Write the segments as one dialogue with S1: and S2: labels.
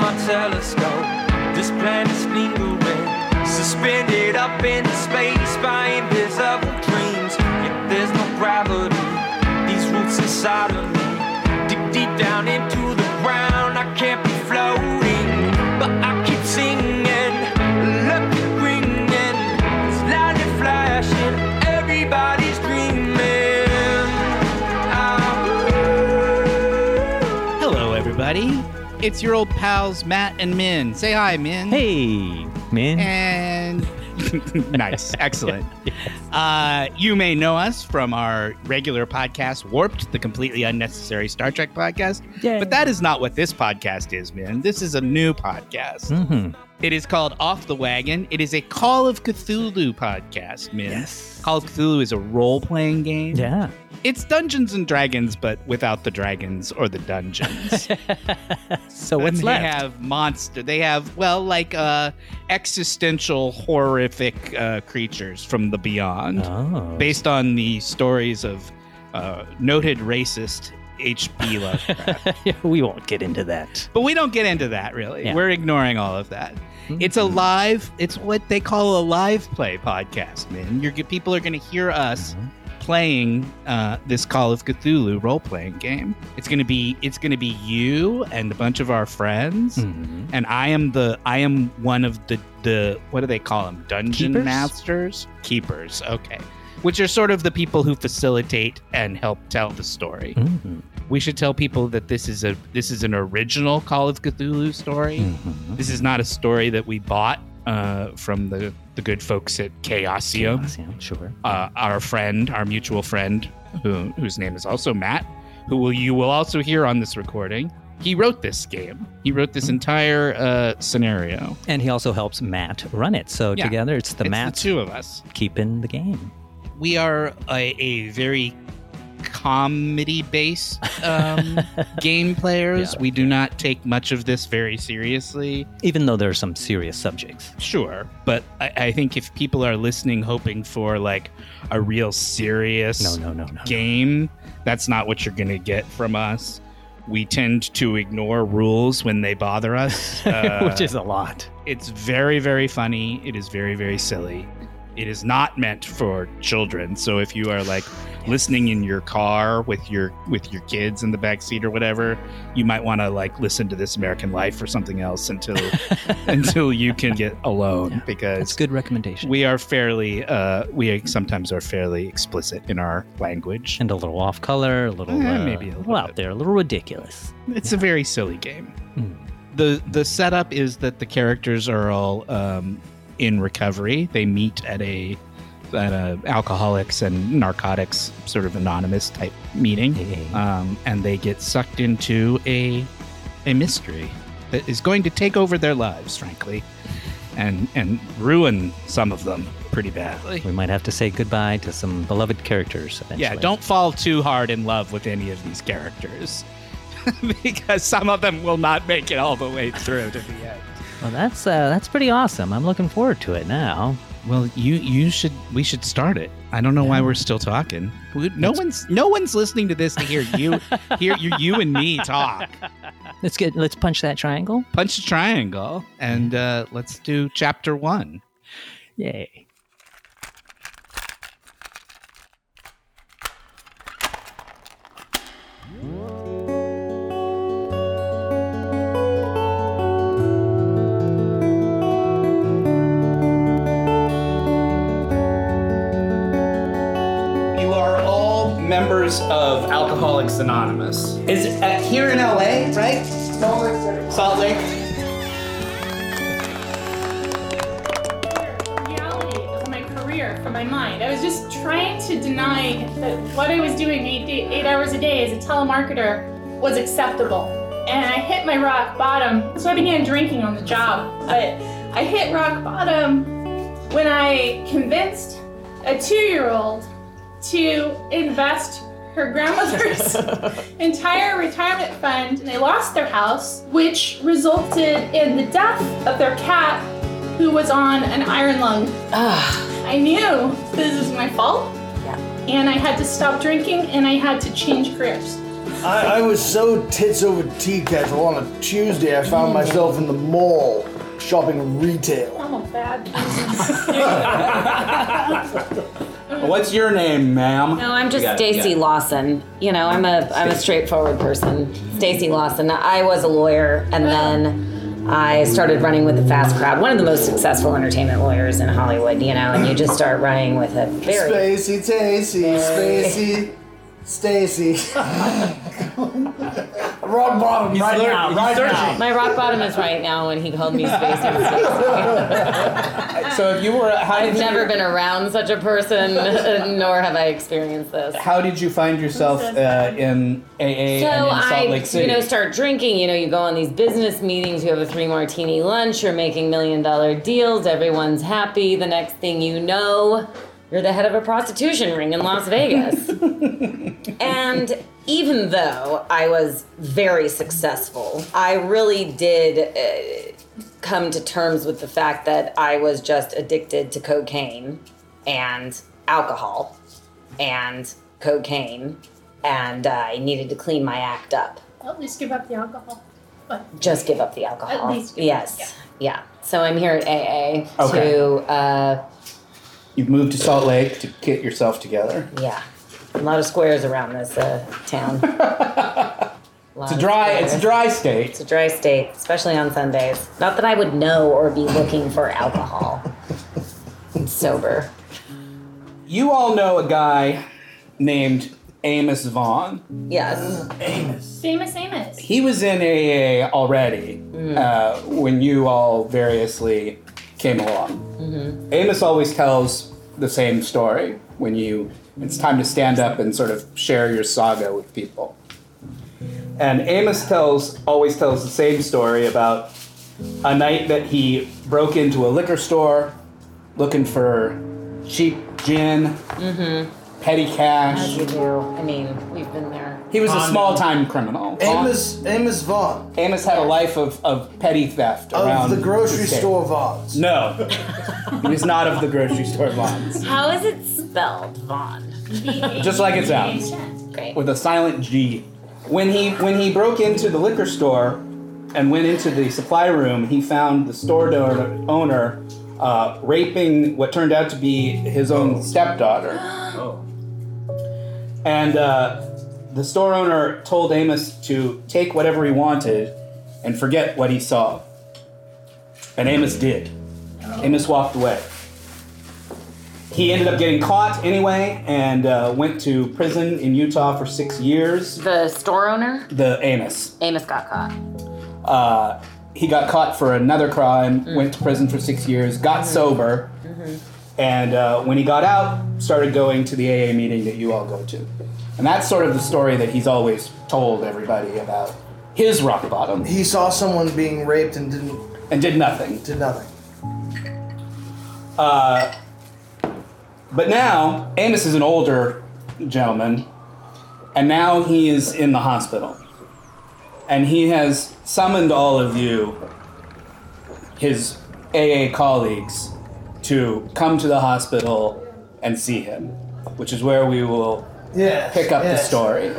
S1: telescope. This planet's lingering, suspended up in space by invisible dreams. Yet there's no gravity. These roots inside of me dig deep down into the ground. I can't be floating, but I keep singing. Love keep ringing, it's lightning flashing. Everybody's dreaming. Ah, ooh.
S2: Hello, everybody. It's your old pals Matt and Min. Say hi, Min.
S3: Hey, man.
S2: And nice, excellent. Uh, you may know us from our regular podcast, Warped, the completely unnecessary Star Trek podcast.
S3: Yay.
S2: But that is not what this podcast is, Min. This is a new podcast.
S3: hmm
S2: It is called Off the Wagon. It is a Call of Cthulhu podcast, Min.
S3: Yes.
S2: Call of Cthulhu is a role playing game.
S3: Yeah.
S2: It's Dungeons and Dragons, but without the dragons or the dungeons.
S3: so
S2: When
S3: Oh, what's
S2: they
S3: left?
S2: have monster. They have well, like uh, existential horrific uh, creatures from the beyond,
S3: oh.
S2: based on the stories of uh, noted racist H.P. Lovecraft.
S3: we won't get into that.
S2: but we don't get into that really.
S3: Yeah. Mm-hmm.
S2: We're ignoring all of that. It's a live. It's what they call a live play podcast, man. Your people are going to hear us
S3: Mm-hmm.
S2: playing uh, this Call of Cthulhu role playing game. It's going to be it's going to be you and a bunch of our friends
S3: Mhm.
S2: and I am the I am one of the the what do they call them dungeon
S3: Keepers?
S2: masters keepers okay which are sort of the people who facilitate and help tell the story.
S3: Mhm.
S2: We should tell people that this is a this is an original Call of Cthulhu story.
S3: Mhm.
S2: This is not a story that we bought uh, from the the good folks at Chaosium
S3: Yeah, Sure.
S2: uh, our friend, our mutual friend, who, whose name is also Matt, who will, you will also hear on this recording. He wrote this game. He wrote this entire uh, scenario.
S3: And he also helps Matt run it. So
S2: Yeah.
S3: together, it's the
S2: it's
S3: Matt
S2: the two of us.
S3: keeping the game.
S2: We are a, a very comedy-based um, game players.
S3: Yeah.
S2: we do not take much of this very seriously.
S3: Even though there are some serious subjects.
S2: Sure, but I, I think if people are listening, hoping for like a real serious,
S3: No, no, no, no.
S2: game. That's not what you're going to get from us. We tend to ignore rules when they bother us, uh,
S3: Which is a lot.
S2: it's very very funny. It is very very silly. It is not meant for children. So if you are like listening in your car with your with your kids in the back seat or whatever, you might want to like listen to this American Life or something else until until you can get alone
S3: It's
S2: because
S3: good recommendation.
S2: we are fairly uh, we sometimes are fairly explicit in our language.
S3: and a little off color, a little,
S2: Eh,
S3: uh,
S2: maybe a little
S3: out
S2: bit.
S3: there, a little ridiculous.
S2: It's a very silly game.
S3: Mm.
S2: the The setup is that the characters are all um, in recovery. They meet at a at a alcoholics and narcotics sort of anonymous type meeting,
S3: Hey.
S2: um, and they get sucked into a a mystery that is going to take over their lives, frankly, and and ruin some of them pretty badly.
S3: we might have to say goodbye to some beloved characters eventually.
S2: Yeah, don't fall too hard in love with any of these characters because some of them will not make it all the way through to the end.
S3: Well, that's uh, that's pretty awesome. I'm looking forward to it now.
S2: Well, you you should we should start it. I don't know why we're still talking. We- No one's no one's listening to this to hear you hear you, you and me talk.
S3: Let's get let's punch that triangle.
S2: Punch the triangle and uh, let's do chapter one.
S3: Yay!
S2: You are all members of Alcoholics Anonymous. Is it uh, here in LA, right? Salt Lake City. Salt Lake.
S4: reality of my career for my mind. I was just trying to deny that what I was doing eight, eight, eight hours a day as a telemarketer was acceptable. And I hit my rock bottom, so I began drinking on the job. But I hit rock bottom when I convinced a two year old to invest her grandmother's entire retirement fund and they lost their house, which resulted in the death of their cat who was on an iron lung.
S5: Ah.
S4: I knew this is my fault. And I had to stop drinking and I had to change careers.
S6: I, I was so tits over tea kettle on a Tuesday, I found myself in the mall shopping retail.
S4: I'm a bad
S2: What's your name, ma'am?
S5: No, I'm
S2: You got it,
S5: just Stacy
S2: you got it.
S5: Lawson. You know, I'm a I'm a straightforward person. Stacy Lawson. I was a lawyer, and then I started running with the Fast Crowd, one of the most successful entertainment lawyers in Hollywood. You know, and you just start running with a very
S6: Spacey, Tacy, Spacey, Stacy. Rock bottom right
S2: lear-
S6: now,
S2: he's
S6: right now.
S2: searching.
S5: my rock bottom is right now when he called me Stacy.
S2: So if you were, how did
S5: I've
S2: you,
S5: never been around such a person, nor have I experienced this.
S2: How did you find yourself uh, in AA
S5: So
S2: and in
S5: I,
S2: Salt Lake City?
S5: you know, start drinking. You know, you go on these business meetings. You have a three martini lunch. You're making million dollar deals. Everyone's happy. The next thing you know, you're the head of a prostitution ring in Las Vegas. and even though I was very successful, I really did uh, come to terms with the fact that I was just addicted to cocaine and alcohol and cocaine, and uh, I needed to clean my act up.
S4: At least give up the alcohol. But
S5: Just give up the alcohol.
S4: At least give up,
S5: yes. Yeah. So I'm here at AA
S2: Okay.
S5: to, uh,
S2: You've moved to Salt Lake to get yourself together.
S5: yeah, a lot of squares around this uh, town.
S2: It's a dry, it's a dry state.
S5: It's a dry state, especially on Sundays. Not that I would know or be looking for alcohol. I'm sober.
S2: You all know a guy named Amos Vaughn.
S5: Yes.
S4: famous Amos.
S2: He was in AA already uh, when you all variously came along. Amos always tells the same story when you it's time to stand up and sort of share your saga with people. And Amos tells always tells the same story about a night that he broke into a liquor store looking for cheap gin, petty
S5: As
S2: cash.
S5: you do. I mean, we've been there.
S2: He was a small time criminal.
S6: Amos, Amos Vaughn
S2: Amos had a life of, of petty theft
S6: of
S2: around
S6: the grocery
S2: state.
S6: store Vaughns.
S2: No, he was not of the grocery store bonds.
S5: How is it spelled, Vaughn?
S2: Just like it sounds.
S5: Great.
S2: with a silent G. When he when he broke into the liquor store and went into the supply room, he found the store do- owner uh, raping what turned out to be his own stepdaughter. And uh, the store owner told Amos to take whatever he wanted and forget what he saw. And Amos did. Amos walked away. He ended up getting caught anyway and uh, went to prison in Utah for six years.
S5: The store owner,
S2: The Amos.
S5: Amos got caught.
S2: Uh, he got caught for another crime, went to prison for six years, got sober, and uh, when he got out, started going to the AA meeting that you all go to. And that's sort of the story that he's always told everybody about his rock bottom
S6: He saw someone being raped and didn't
S2: and did nothing.
S6: did nothing.
S2: But now, Amos is an older gentleman, and now he is in the hospital. And he has summoned all of you, his AA colleagues, to come to the hospital and see him, which is where we will
S6: Yeah.
S2: pick up the
S6: yes.
S2: story.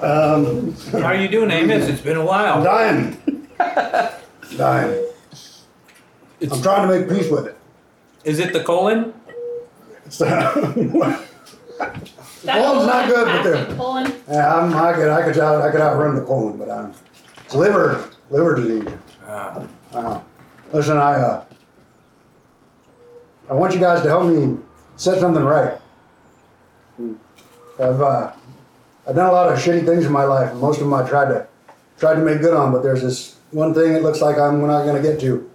S1: How are you doing, Amos? It's been a
S7: I'm
S1: while.
S7: dying. dying. I'm trying to make peace with it.
S1: Is it the colon?
S7: It's the-
S4: That
S7: Well, it's
S4: colon,
S7: not good, but
S4: acid
S7: they're-
S4: colon.
S7: yeah, I'm, I could I could out, I could outrun the colon, but I'm it's liver liver disease. Uh, listen, I uh, I want you guys to help me set something right. I've uh, I've done a lot of shitty things in my life. and Most of them I tried to tried to make good on, but there's this one thing it looks like I'm not going to get to.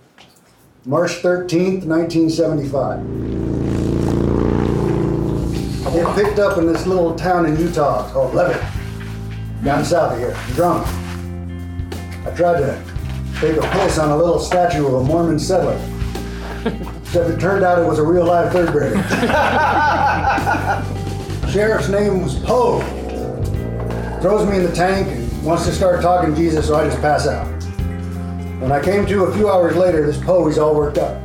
S7: March 13th, 1975. I get picked up in this little town in Utah called Levitt, down south of here. Drunk. I tried to take a piss on a little statue of a Mormon settler. Except it turned out it was a real live third grader. Sheriff's name was Poe. Throws me in the tank and wants to start talking Jesus, so I just pass out. When I came to a few hours later, this Poe, he's all worked up.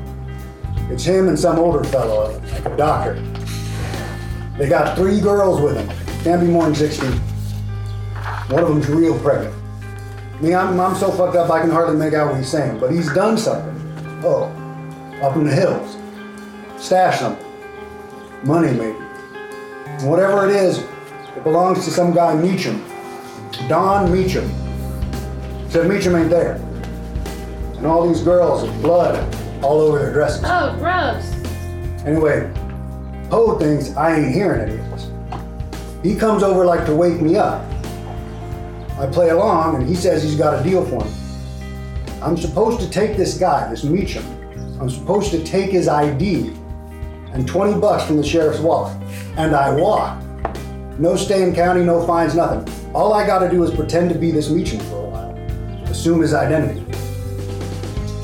S7: It's him and some older fellow, like a doctor. They got three girls with them. Can't be more than 16. One of them's real pregnant. Me, I'm, I'm so fucked up I can hardly make out what he's saying, but he's done something. Oh, up in the hills. Stash something. Money, maybe. And whatever it is, it belongs to some guy, Meacham. Don Meacham. Said Meacham ain't there. And all these girls with blood all over their dresses.
S4: Oh, gross.
S7: Anyway, Poe thinks I ain't hearing any of this. He comes over like to wake me up. I play along and he says he's got a deal for me. I'm supposed to take this guy, this Meacham, I'm supposed to take his ID and 20 bucks from the sheriff's wallet. And I walk. No stay in county, no fines, nothing. All I gotta do is pretend to be this Meacham for a while, assume his identity.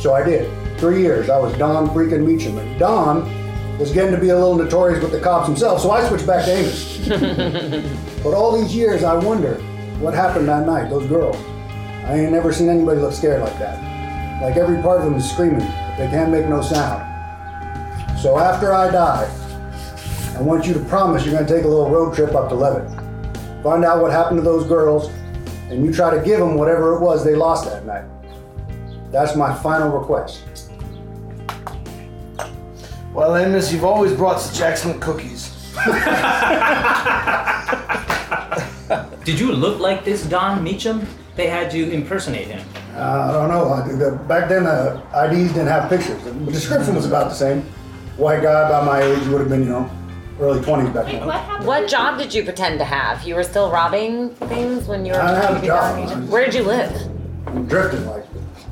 S7: So I did. Three years, I was Don freaking Meacham. And Don was getting to be a little notorious with the cops himself, so I switched back to Amos. but all these years, I wonder what happened that night, those girls. I ain't never seen anybody look scared like that. Like every part of them is screaming, but they can't make no sound. So after I die, I want you to promise you're gonna take a little road trip up to Levitt. Find out what happened to those girls, and you try to give them whatever it was they lost that night. That's my final request.
S6: Well, Amos, you've always brought such excellent cookies.
S1: Did you look like this Don Meacham? They had you impersonate him.
S7: Uh, I don't know. I- the- Back then, the IDs didn't have pictures. The description was about the same. White guy about my age would have been, you know, early 20s back
S4: Wait,
S7: then.
S4: what happened?
S5: What job did you pretend to have? You were still robbing things when you were.
S7: I had a
S5: you
S7: job.
S5: got- Where did you live?
S7: Drifting like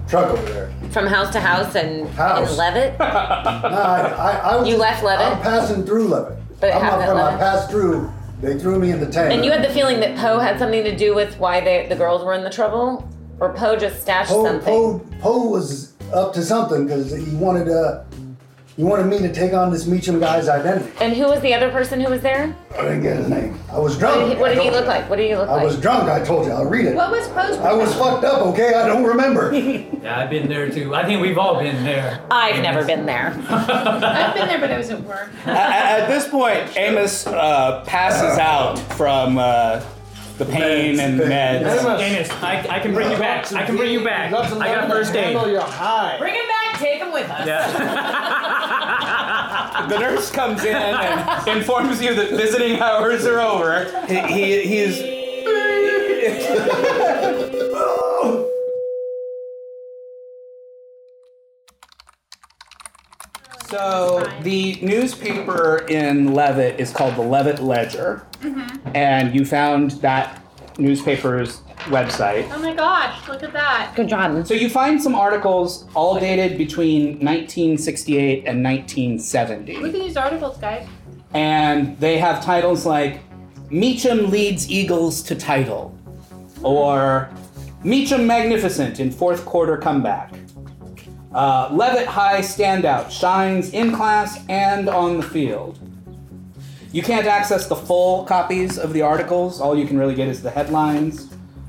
S7: truck over there.
S5: From house to house and
S7: House.
S5: in Levitt.
S7: No, I, I, I was
S5: You left Levitt?
S7: I'm passing through Levitt.
S5: But it
S7: I'm not
S5: happened at
S7: from. I
S5: Levitt?
S7: passed through. They threw me in the tank.
S5: And you had the feeling that Poe had something to do with why they, the girls were in the trouble, or Poe just stashed
S7: Poe
S5: something.
S7: Poe Poe was up to something because he wanted uh, he wanted me to take on this Meacham guy's identity.
S5: And who was the other person who was there?
S7: I didn't get his name. I was
S5: What
S7: drunk.
S5: did he, what
S7: I
S5: did he
S7: told
S5: look
S7: you.
S5: like? What did he look
S7: I
S5: like?
S7: was drunk. I told you. I'll read it.
S4: What was Poe's?
S7: I was fucked up. Okay, I don't remember.
S1: Yeah, I've been there too. I think we've all been there.
S5: I've never been there.
S4: I've been there, but I was at work.
S2: at, at this point, Amos uh, passes out from uh, the pain
S7: Meds.
S2: and the meds.
S1: Amos, I, I can bring you back. I can bring you back.
S6: Lots of
S1: I got
S6: lemon
S1: first aid.
S6: handle your high.
S5: Bring him back, take him with us.
S2: The nurse comes in and informs you that visiting hours are over. He, he, he is. So the newspaper in Levitt is called the Levitt Ledger, and you found that newspaper's website.
S4: Oh my gosh, look at that.
S5: Good job.
S2: So you find some articles all dated between 1968 and 1970.
S4: Look at these articles, guys.
S2: and they have titles like Meacham leads Eagles to title or Meacham Magnificent in fourth quarter comeback. Uh, Levitt High standout shines in class and on the field. You can't access the full copies of the articles. All you can really get is the headlines.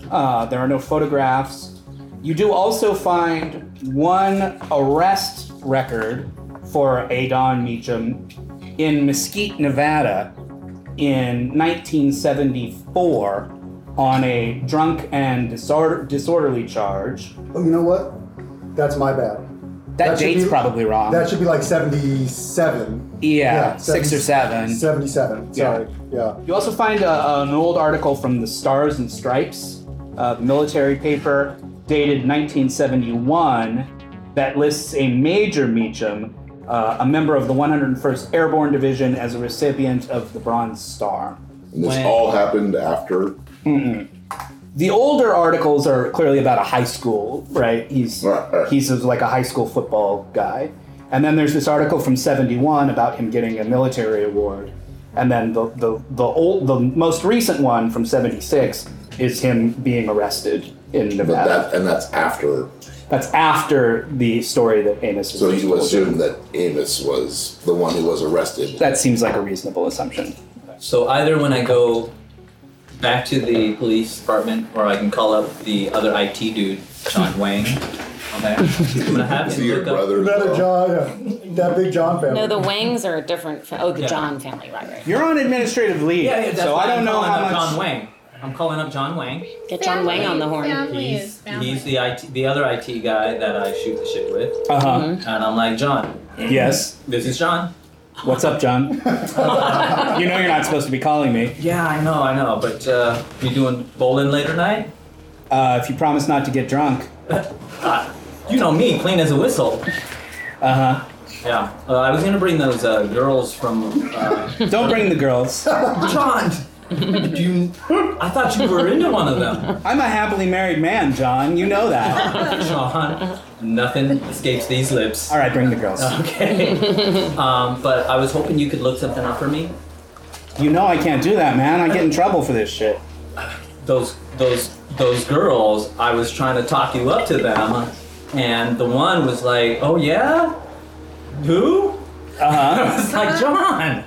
S2: Uh, there are no photographs. You do also find one arrest record for Adon Meacham in Mesquite, Nevada in 1974 on a drunk and disorder- disorderly charge.
S7: Oh, you know what? That's my bad.
S2: That,
S7: That should
S2: date's
S7: be-
S2: probably wrong.
S7: That should be like 77.
S2: yeah, six or seven.
S7: 77. Sorry. Yeah.
S2: You also find a, an old article from the Stars and Stripes, uh, the military paper, dated 1971, that lists a Major Meacham, uh, a member of the 101st Airborne Division, as a recipient of the Bronze Star.
S8: This
S2: When-
S8: all happened after.
S2: the older articles are clearly about a high school, right? He's
S8: Right, right.
S2: he's like a high school football guy, and then there's this article from '71 about him getting a military award, and then the the the old the most recent one from '76 is him being arrested in
S8: But
S2: Nevada.
S8: that and that's after.
S2: That's after the story that Amos.
S8: So
S2: was
S8: you assume that Amos was the one who was arrested.
S2: That seems like a reasonable assumption.
S9: So either when I go back to the police department, or I can call up the other IT dude, Sean Wang,
S1: on that. I'm gonna have to look up.
S7: Another John, yeah. that big John family.
S5: No, the Wangs are a different. Fa- oh, the John family, right? right.
S10: You're on administrative leave,
S1: Yeah, yeah, that's
S10: so
S1: why
S10: I don't
S1: I'm
S10: know
S1: calling
S10: how much.
S1: up John Wang. I'm calling up John Wang.
S5: Get John Wang on the horn.
S1: He's, he's the IT, the other IT guy that I shoot the shit with.
S2: Uh-huh. Mhm.
S1: And I'm like, John.
S2: Yes.
S1: This is John.
S2: What's up, John? you know you're not supposed to be calling me.
S1: Yeah, I know, I know. But uh, you doing bowling later night?
S2: Uh, if you promise not to get drunk.
S1: Ah, you know me, clean as a whistle.
S2: Uh huh.
S1: Yeah. Uh, I was gonna bring those uh, girls from. Uh,
S2: Don't bring the girls.
S1: John. Do you? I thought you were into one of them.
S2: I'm a happily married man, John. You know that.
S1: John, nothing escapes these lips.
S2: All right, bring the girls.
S1: Okay. um, but I was hoping you could look something up for me.
S2: You know I can't do that, man. I get in trouble for this shit.
S1: Those, those, those girls. I was trying to talk you up to them, and the one was like, "Oh yeah, who?" Uh-huh. I was like, "John,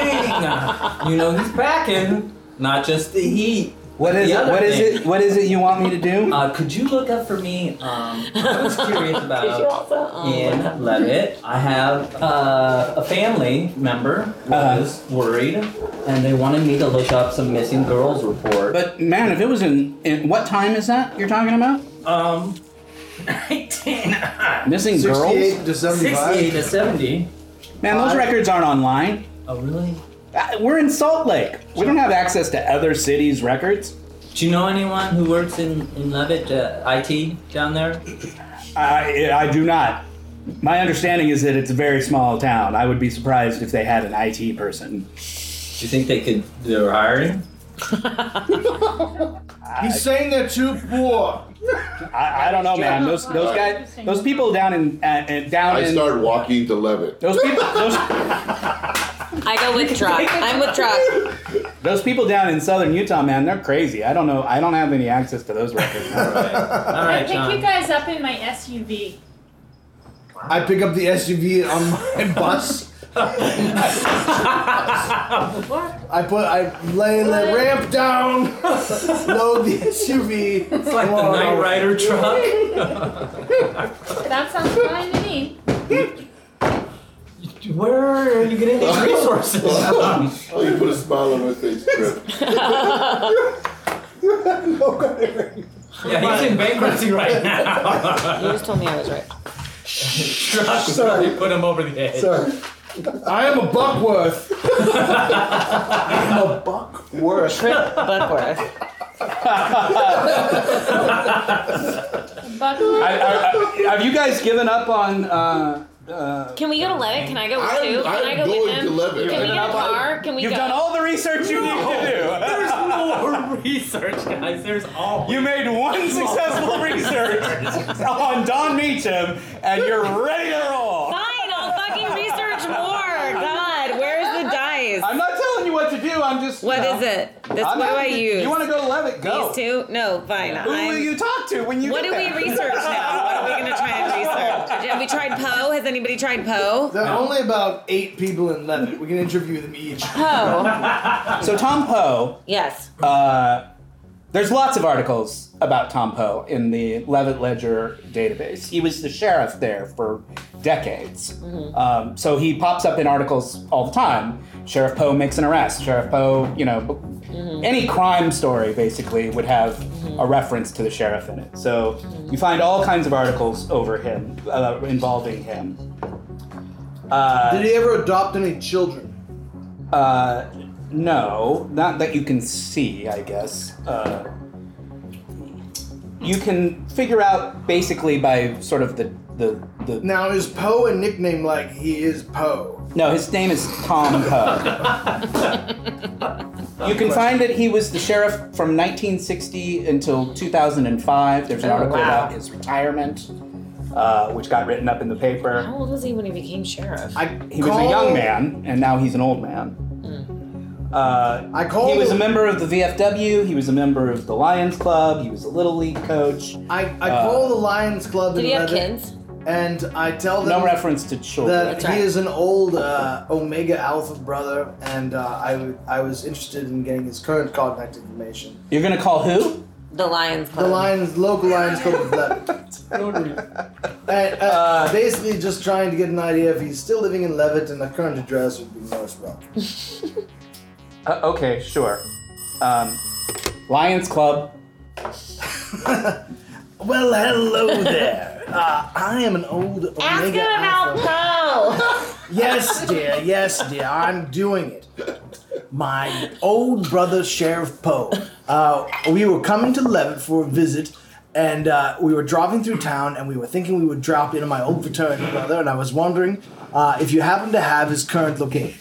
S1: John Wayne. You know he's backing, not just the heat."
S2: What is it? What is it? What is it you want me to do?
S1: Uh, could you look up for me? Um, I was curious about in Levitt. I have uh, a family member was worried, and they wanted me to look up some missing girls report.
S2: But man, if it was in, in what time is that you're talking about?
S1: um, 19,
S2: Missing girls?
S7: 68 to 75.
S1: 68 to 70.
S2: Man, those
S7: Five.
S2: records aren't online.
S1: Oh, really?
S2: Uh, We're in Salt Lake. We don't have access to other cities' records.
S1: Do you know anyone who works in in Levitt, uh, IT down there?
S2: I, I do not. My understanding is that it's a very small town. I would be surprised if they had an IT person.
S1: Do you think they could? They're hiring.
S6: He's saying they're too poor.
S2: I, I don't know, man. Those those guys, those people down in uh, uh, down
S8: I
S2: in
S8: start walking to Levitt.
S2: those people those,
S5: I go with Truck. I'm with Truck.
S2: those people down in southern Utah, man, they're crazy. I don't know. I don't have any access to those records.
S1: All right, all
S4: I
S1: right,
S4: pick
S1: John.
S4: you guys up in my SUV.
S6: I pick up the SUV on my bus. I put I lay the ramp down, load the SUV.
S1: It's like the Knight Rider truck.
S4: That sounds fine to me.
S1: Where are you getting these resources from?
S8: Oh, you put a smile on my face, Trip.
S1: Yeah, he's in bankruptcy right now.
S5: You just told me I was right.
S1: Sorry. You put him over the edge.
S7: Sorry.
S6: I am a Buckworth. I'm a Buckworth.
S5: Trip Buckworth.
S4: But
S2: I, I, I, have you guys given up on? Uh, uh,
S5: Can we go to Levitt? Can I go with
S8: I'm,
S5: Sue? Can I
S8: I'm
S5: go with
S8: going
S5: him?
S8: to Levitt.
S5: Can we
S8: I-
S5: get a car? Can we
S2: you've
S5: go?
S2: done all the research you need to
S1: There's more research, guys. There's all.
S2: do. You made one successful research on Don Meacham, and you're ready to roll.
S5: Fine, I'll fucking research more. God, where's the dice?
S2: I'm not telling you what to do. I'm just.
S5: What
S2: What is
S5: is it? This what do I use?
S2: You want to go to Levitt? Go.
S5: These two? No, fine.
S2: Who
S5: I'm-
S2: will you talk to when you?
S5: What do
S2: get
S5: we
S2: there?
S5: research now? What are we going to try and research? Have we tried Poe? Has anybody tried Poe?
S6: There are only about eight people in Levitt. We can interview them each.
S5: Poe.
S2: So Tom Poe.
S5: Yes.
S2: Uh, there's lots of articles about Tom Poe in the Levitt Ledger database. He was the sheriff there for decades. Um, so he pops up in articles all the time. Sheriff Poe makes an arrest. Sheriff Poe, you know, b- any crime story basically would have a reference to the sheriff in it. So you find all kinds of articles over him, uh, involving him. Uh,
S6: Did he ever adopt any children?
S2: uh, no, not that you can see, I guess. Uh, you can figure out basically by sort of the the, the
S6: Now is Poe a nickname like he is Poe?
S2: no, his name is Tom Poe. you can find that he was the sheriff from 1960 until 2005. There's an
S5: Oh,
S2: article
S5: wow.
S2: about his retirement, uh, which got written up in the paper.
S5: How old was he when he became sheriff?
S6: I
S2: He was a young man, and now he's an old man. Uh,
S6: I called.
S2: He was a member of the VFW. He was a member of the Lions Club. He was a little league coach.
S6: I, I
S2: uh,
S6: call the Lions Club
S5: Did
S6: in
S5: he have
S6: Levitt,
S5: kids?
S6: and I tell them
S2: No reference to children.
S6: that
S5: That's
S6: he
S5: right.
S6: is an old uh, Omega Alpha brother, and uh, I, w- I was interested in getting his current contact information.
S2: You're gonna call who?
S5: The Lions Club.
S6: The Lions, local Lions Club of
S5: Levitt.
S6: And, uh, basically, just trying to get an idea if he's still living in Levitt, and the current address would be North Rock.
S2: Uh, okay, sure. Um, Lions Club.
S6: well, hello there. Uh, I am an old Omega
S5: Ask him about
S6: Alpha.
S5: Poe.
S6: Yes, dear. Yes, dear. I'm doing it. My old brother, Sheriff Poe. Uh, we were coming to Levitt for a visit, and uh, we were driving through town, and we were thinking we would drop in on my old fraternity brother, and I was wondering uh, if you happen to have his current location.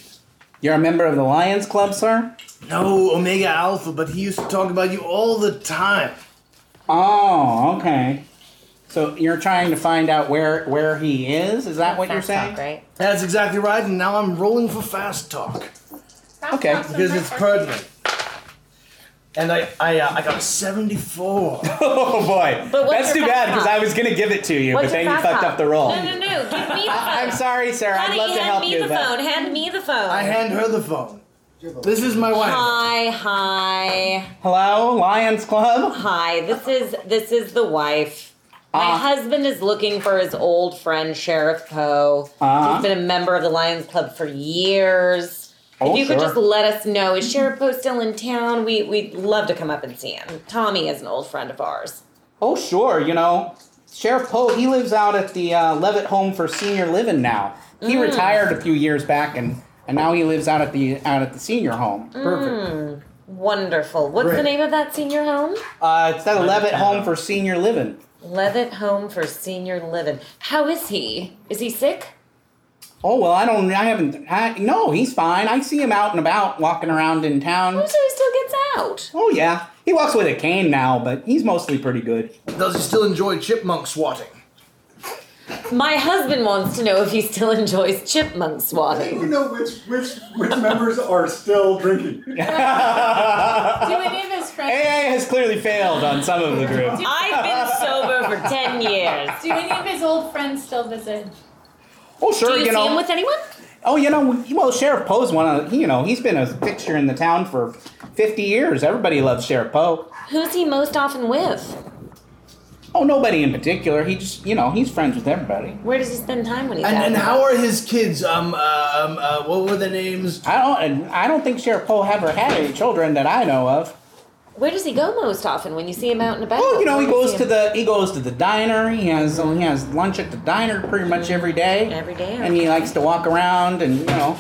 S2: You're a member of the Lions Club, sir?
S6: No, Omega Alpha, but he used to talk about you all the time.
S2: Oh, okay. So you're trying to find out where where he is? Is that what you're saying?
S5: right?
S6: That's exactly right, and now I'm rolling for fast talk.
S2: Okay,
S6: because it's pertinent. And I, I, uh, I got a 74.
S2: Oh boy,
S5: But what's
S2: that's
S5: your
S2: too
S5: fast
S2: bad because
S5: talk?
S2: I was gonna give it to you,
S5: What's
S2: but then
S5: your
S2: you
S5: fast
S2: fucked
S5: talk?
S2: up the roll.
S5: No, no, no. Give me the
S2: I'm
S5: phone.
S2: sorry, sir. I'd
S5: Honey,
S2: love to
S5: hand
S2: help
S5: me
S2: you.
S5: the
S2: but-
S5: phone. Hand me the phone.
S6: I hand her the phone. This is my wife.
S5: Hi, hi,
S2: Hello, Lions Club.
S5: hi. This is this is the wife.
S2: Ah.
S5: My husband is looking for his old friend Sheriff Poe.
S2: Uh-huh.
S5: He's been a member of the Lions Club for years.
S2: Oh,
S5: if you could
S2: sure.
S5: just let us know, is Sheriff Poe still in town? We we'd love to come up and see him. Tommy is an old friend of ours.
S2: Oh sure, you know Sheriff Poe. He lives out at the uh, Levitt Home for Senior Living now. He
S1: Mm.
S2: retired a few years back, and and now he lives out at the out at the senior home.
S1: Mm.
S6: Perfect.
S5: Wonderful. What's the
S6: Great.
S5: name of that senior home?
S2: Uh, it's that Levitt Home for Senior Living.
S5: Levitt Home for Senior Living. How is he? Is he sick?
S2: Oh well, I don't. I haven't. I, no, he's fine. I see him out and about, walking around in town.
S5: Oh, so he still gets out.
S2: Oh yeah, he walks with a cane now, but he's mostly pretty good.
S6: Does he still enjoy chipmunk swatting?
S5: My husband wants to know if he still enjoys chipmunk
S9: You
S5: swatting.
S9: know which which which members are still drinking.
S4: Do any of his friends?
S2: AA has clearly failed on some of the group.
S5: I've been sober for 10 years.
S4: Do any of his old friends still visit?
S2: Oh sure,
S5: Do you,
S2: you,
S5: see
S2: know.
S5: him with anyone?
S2: oh, you know. Well, Sheriff Poe's one of you know. He's been a fixture in the town for fifty years. Everybody loves Sheriff Poe.
S5: Who's he most often with?
S2: Oh, nobody in particular. He just you know he's friends with everybody.
S5: Where does he spend time when he's
S6: And,
S5: out?
S6: and how are his kids? Um, uh, um, uh, what were the names?
S2: I don't. and I don't think Sheriff Poe ever had any children that I know of.
S5: Where does he go most often when you see him out and about?
S2: Oh, you know he
S5: Where do
S2: goes
S5: see
S2: to
S5: him?
S2: the he goes to the diner. He has he has lunch at the diner pretty much every day.
S5: Every day.
S2: And he likes to walk around and you know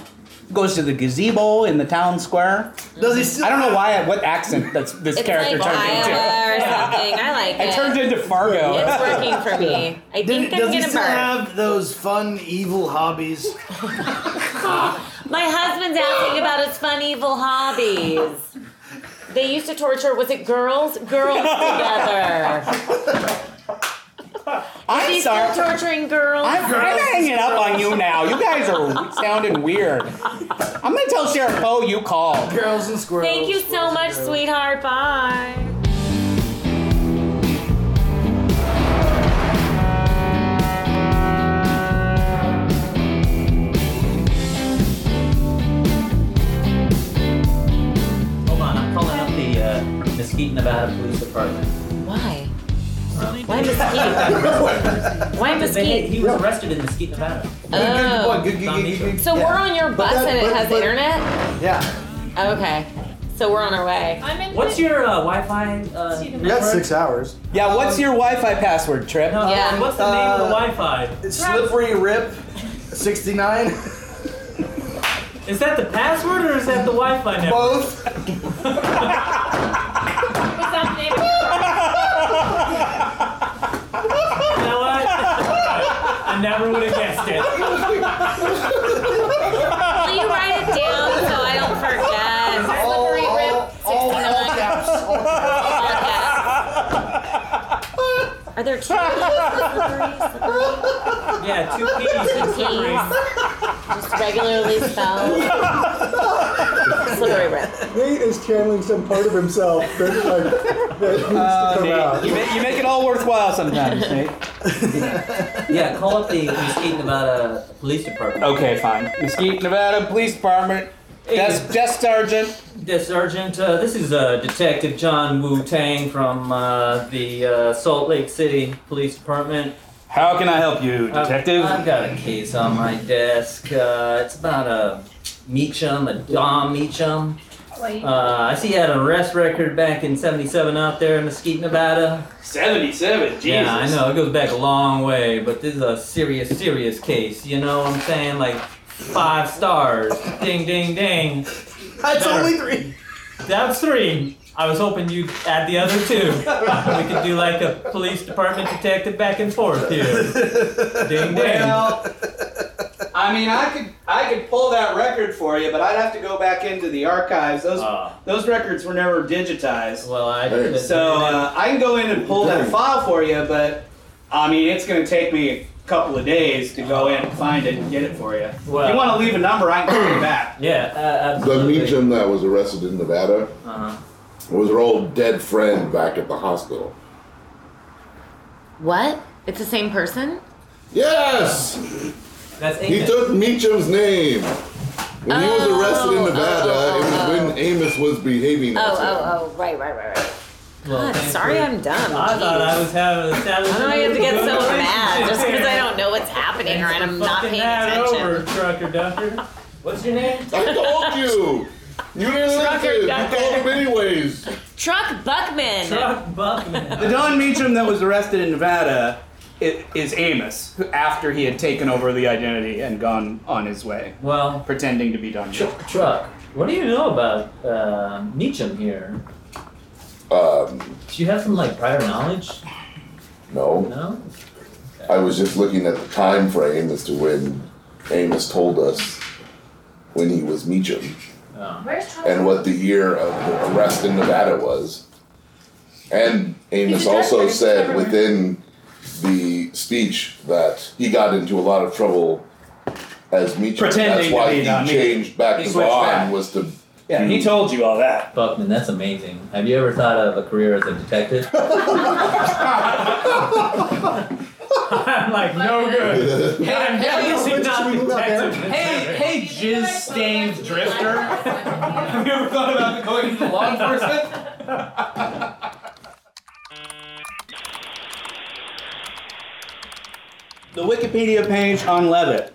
S2: goes to the gazebo in the town square.
S6: Does he still?
S2: I don't know why what accent that's this
S5: It's
S2: character
S5: like
S2: turned
S5: Iowa
S2: into.
S5: or something. I like
S2: I
S5: it.
S2: turned into Fargo.
S5: it's working for me. I
S6: Did,
S5: think I'm
S6: does he
S5: gonna
S6: still
S5: burn.
S6: have those fun evil hobbies?
S5: My husband's asking about his fun, evil hobbies. They used to torture, was it girls? Girls together. Is
S2: I'm
S5: he still
S2: sorry.
S5: torturing girls?
S2: I'm, I'm hanging up on you now. You guys are sounding weird. I'm gonna tell Sheriff Poe you called.
S6: Girls and squirrels.
S5: Thank you so
S6: squirrels and
S5: much,
S6: girls.
S5: sweetheart. Bye.
S1: Hold on, I'm calling up the uh, Mesquite, Nevada Police Department.
S5: Why? Why mesquite? Why
S1: They,
S5: mesquite?
S1: he was arrested in Mesquite, Nevada.
S6: Good boy,
S5: Oh.
S6: good, good, good, good, good.
S5: So we're on your bus
S6: that-
S5: and it
S6: but-
S5: has
S6: but-
S5: internet?
S6: Yeah.
S5: Okay. So we're on our way.
S4: I'm in.
S1: What's
S4: the-
S1: your uh, Wi-Fi? Uh,
S4: See the-
S1: network?
S6: We got six hours.
S2: Yeah, what's your Wi-Fi password, Trip?
S1: No,
S5: Yeah.
S1: What's the name of the
S6: Uh,
S1: Wi-Fi?
S6: It's slippery rip. 69.
S1: Is that the password or is that the Wi-Fi network?
S6: Both.
S4: What's that name?
S1: You know what? I never would have guessed it.
S5: Will you write it down so I don't forget?
S6: All,
S4: Slippery rip,
S6: all, all, all caps. All caps.
S5: Are there two P's?
S1: Yeah, two P's. and slippery.
S5: Just regularly spelled. Slippery rip.
S9: Nate is channeling some part of himself that like that needs to come out.
S2: You make, you make it all worthwhile sometimes, Nate.
S1: Yeah, call up the Mesquite, Nevada Police Department.
S2: Okay, fine. Mesquite, Nevada Police Department.
S3: Desk,
S2: desk sergeant.
S3: Desk sergeant. Uh, this is uh, Detective John Wu Tang from uh, the uh, Salt Lake City Police Department.
S2: How can I help you, detective?
S3: I've, I've got a case on my desk. Uh, it's about a Meacham, a Dom Meacham. Uh, I see he had an arrest record back in '77 out there in Mesquite, Nevada.
S2: 77, Jesus.
S3: Yeah, I know. It goes back a long way, but this is a serious, serious case. You know what I'm saying? Like five stars. Ding, ding, ding.
S6: That's only
S3: three. That's three. I was hoping you'd add the other two. we could do like a police department detective back and forth here. Ding, ding.
S1: Well, I mean, I could I could pull that record for you, but I'd have to go back into the archives. Those those records were never digitized.
S3: Well, I
S1: so uh, I can go in and pull that file for you, but I mean, it's going to take me a couple of days to go in and find it and get it for you. if
S3: Well-
S1: you want to leave a number, I can call you back.
S3: Yeah, uh,
S11: The
S3: absolutely.
S11: Meacham that was arrested in Nevada
S3: Uh-huh.
S11: was her old dead friend back at the hospital.
S5: What? It's the same person?
S11: Yes!
S3: That's
S11: He took Meacham's name. When he was arrested in Nevada, it was when Amos was behaving
S5: oh,
S11: as him.
S5: oh, oh, right, right, right, right.
S3: Well,
S5: God, sorry I'm dumb.
S3: I thought I was having
S2: Uh,
S3: a
S5: Why
S3: savage.
S5: do I have to get so
S3: relationship
S5: mad just because I
S3: here?
S5: don't know what's happening or
S3: Thanks for
S5: I'm not
S3: fucking
S5: paying
S3: that
S5: attention?
S3: over, trucker ducker. What's your name?
S11: I told you! You didn't
S5: Trucker
S11: listen!
S5: ducker.
S11: You told him anyways!
S5: Truck Buckman.
S3: Truck Buckman.
S1: The Don Meacham that was
S2: arrested in Nevada i- is Amos, who- after he had taken over the identity and gone on his way.
S3: Well,
S2: pretending to be Don Meacham.
S3: Truck. What do you know about uh, Meacham here?
S11: Um,
S3: Do you have some like prior knowledge?
S11: no.
S3: No.
S11: I was just looking at the time frame as to when Amos told us when he was Meacham
S4: Where's
S11: and what the year of the arrest in Nevada was. And Amos also said within the speech that he got into a lot of trouble as Meacham.
S2: Pretending
S11: That's
S2: to
S11: why
S2: be
S11: he
S2: Don Meacham.
S11: changed back
S2: He
S11: to
S2: switched
S11: Vaughn
S2: back.
S11: was to.
S2: Yeah, he told you all that.
S3: Buckman, that's amazing. Have you ever thought of a career as a detective? I'm like no good.
S1: Hey,
S3: I'm definitely
S1: hey,
S3: not
S1: you-
S3: detective.
S1: Hey, hey, jizz stained drifter. Have you ever thought about going into law enforcement?
S2: The Wikipedia page on Levitt,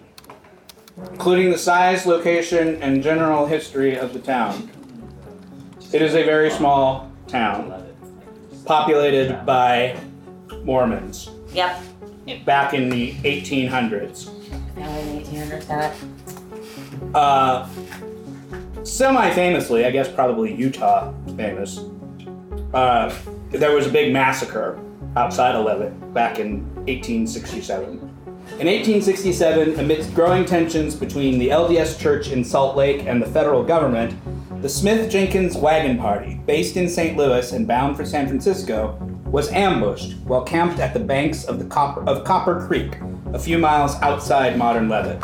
S2: including the size, location, and general history of the town. It is a very small town, populated by Mormons
S5: Yep.
S2: back in the 1800s.
S5: Alright, 1800 that.
S2: Uh, semi-famously, I guess probably Utah famous. Uh, there was a big massacre outside of Levitt back in 1867. In 1867, amidst growing tensions between the LDS Church in Salt Lake and the federal government, the Smith Jenkins Wagon Party, based in St. Louis and bound for San Francisco, was ambushed while camped at the banks of the Copper, of Copper Creek, a few miles outside modern Levitt.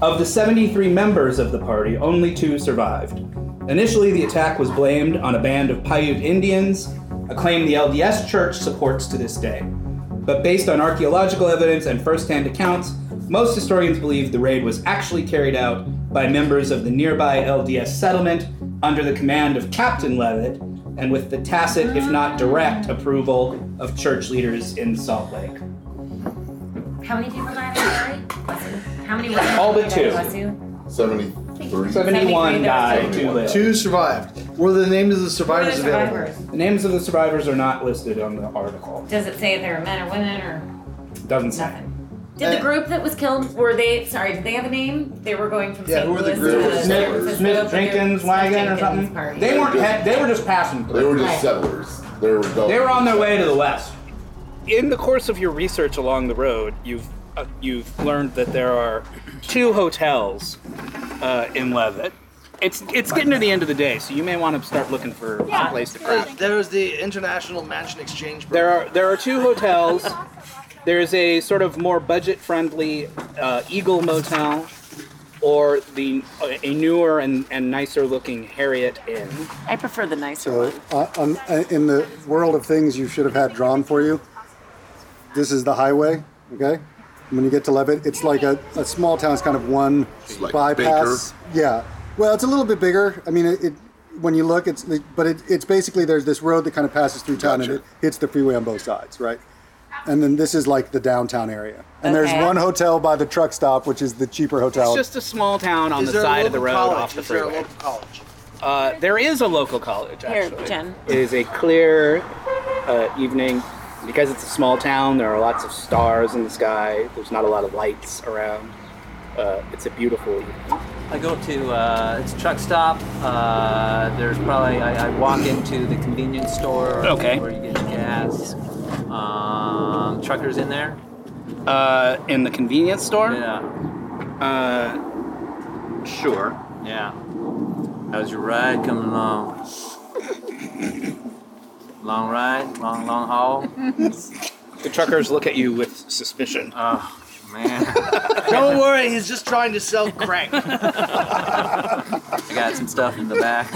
S2: Of the 73 members of the party, only two survived. Initially, the attack was blamed on a band of Paiute Indians, a claim the LDS Church supports to this day. But based on archaeological evidence and first hand accounts, most historians believe the raid was actually carried out by members of the nearby LDS settlement under the command of Captain Levitt and with the tacit, if not direct, approval of church leaders in Salt Lake.
S5: How many people died in the party? How many were
S2: All but two.
S5: Bless you.
S11: 73.
S2: 71 died, two lived.
S6: Two survived. Were the names of the survivors
S5: What are the
S6: available?
S2: The names of the survivors are not listed on the article.
S5: Does it say if they were men or women or?
S2: Doesn't say.
S5: Did
S7: Uh,
S5: the group that was killed were they? Sorry, did they have a name? They were going from
S2: Yeah,
S5: St.
S2: who were the
S5: Louis
S2: group?
S5: to
S2: Smith-
S5: San Francisco
S2: Smith
S5: for their
S2: Jenkins
S5: Smith
S2: wagon or
S5: Jenkins
S2: something?
S5: party.
S2: They weren't. Had, they were just passing. Through.
S11: They were just settlers. They were,
S2: They were on their way to the west. In the course of your research along the road, you've uh, you've learned that there are two hotels uh, in Levitt. It's it's getting to the end of the day, so you may want to start looking for a place to crash.
S6: There was the International Mansion Exchange.
S2: There are there are two hotels. There's a sort of more budget-friendly uh, Eagle Motel, or the uh, a newer and, and nicer-looking Harriet Inn.
S5: I prefer the nicer
S7: So, uh, on, uh, in the world of things you should have had drawn for you, this is the highway, okay? When you get to Levitt, it's like a, a small town. It's kind of one
S11: like
S7: bypass. Yeah, Well, it's a little bit bigger. I mean, it, it when you look, it's but it, it's basically there's this road that kind of passes through town and it hits the freeway on both sides, right? And then this is like the downtown area, and
S2: Okay.
S7: there's one hotel by the truck stop, which is the cheaper hotel.
S2: It's just a small town on
S7: Is
S2: the
S7: there a
S2: side of the
S7: local
S2: road
S7: college?
S2: off the
S7: Is there a
S2: freeway.
S7: local college?
S2: Uh, there is a local college,
S6: Here,
S2: actually.
S6: Jen.
S2: It is a clear uh, evening. Because it's a small town, there are lots of stars in the sky. There's not a lot of lights around. Uh, it's a beautiful evening.
S3: I go to uh, it's a truck stop. Uh, there's probably I, I walk into the convenience store.
S2: Okay.
S3: Where you get your gas. Um, truckers in there.
S2: Uh, in the convenience store?
S3: Yeah.
S2: Uh, sure.
S3: Yeah. How's your ride coming along? long ride, long long haul.
S2: The truckers look at you with suspicion.
S3: Oh man.
S6: Don't worry, he's just trying to sell crank.
S3: I got some stuff in the back.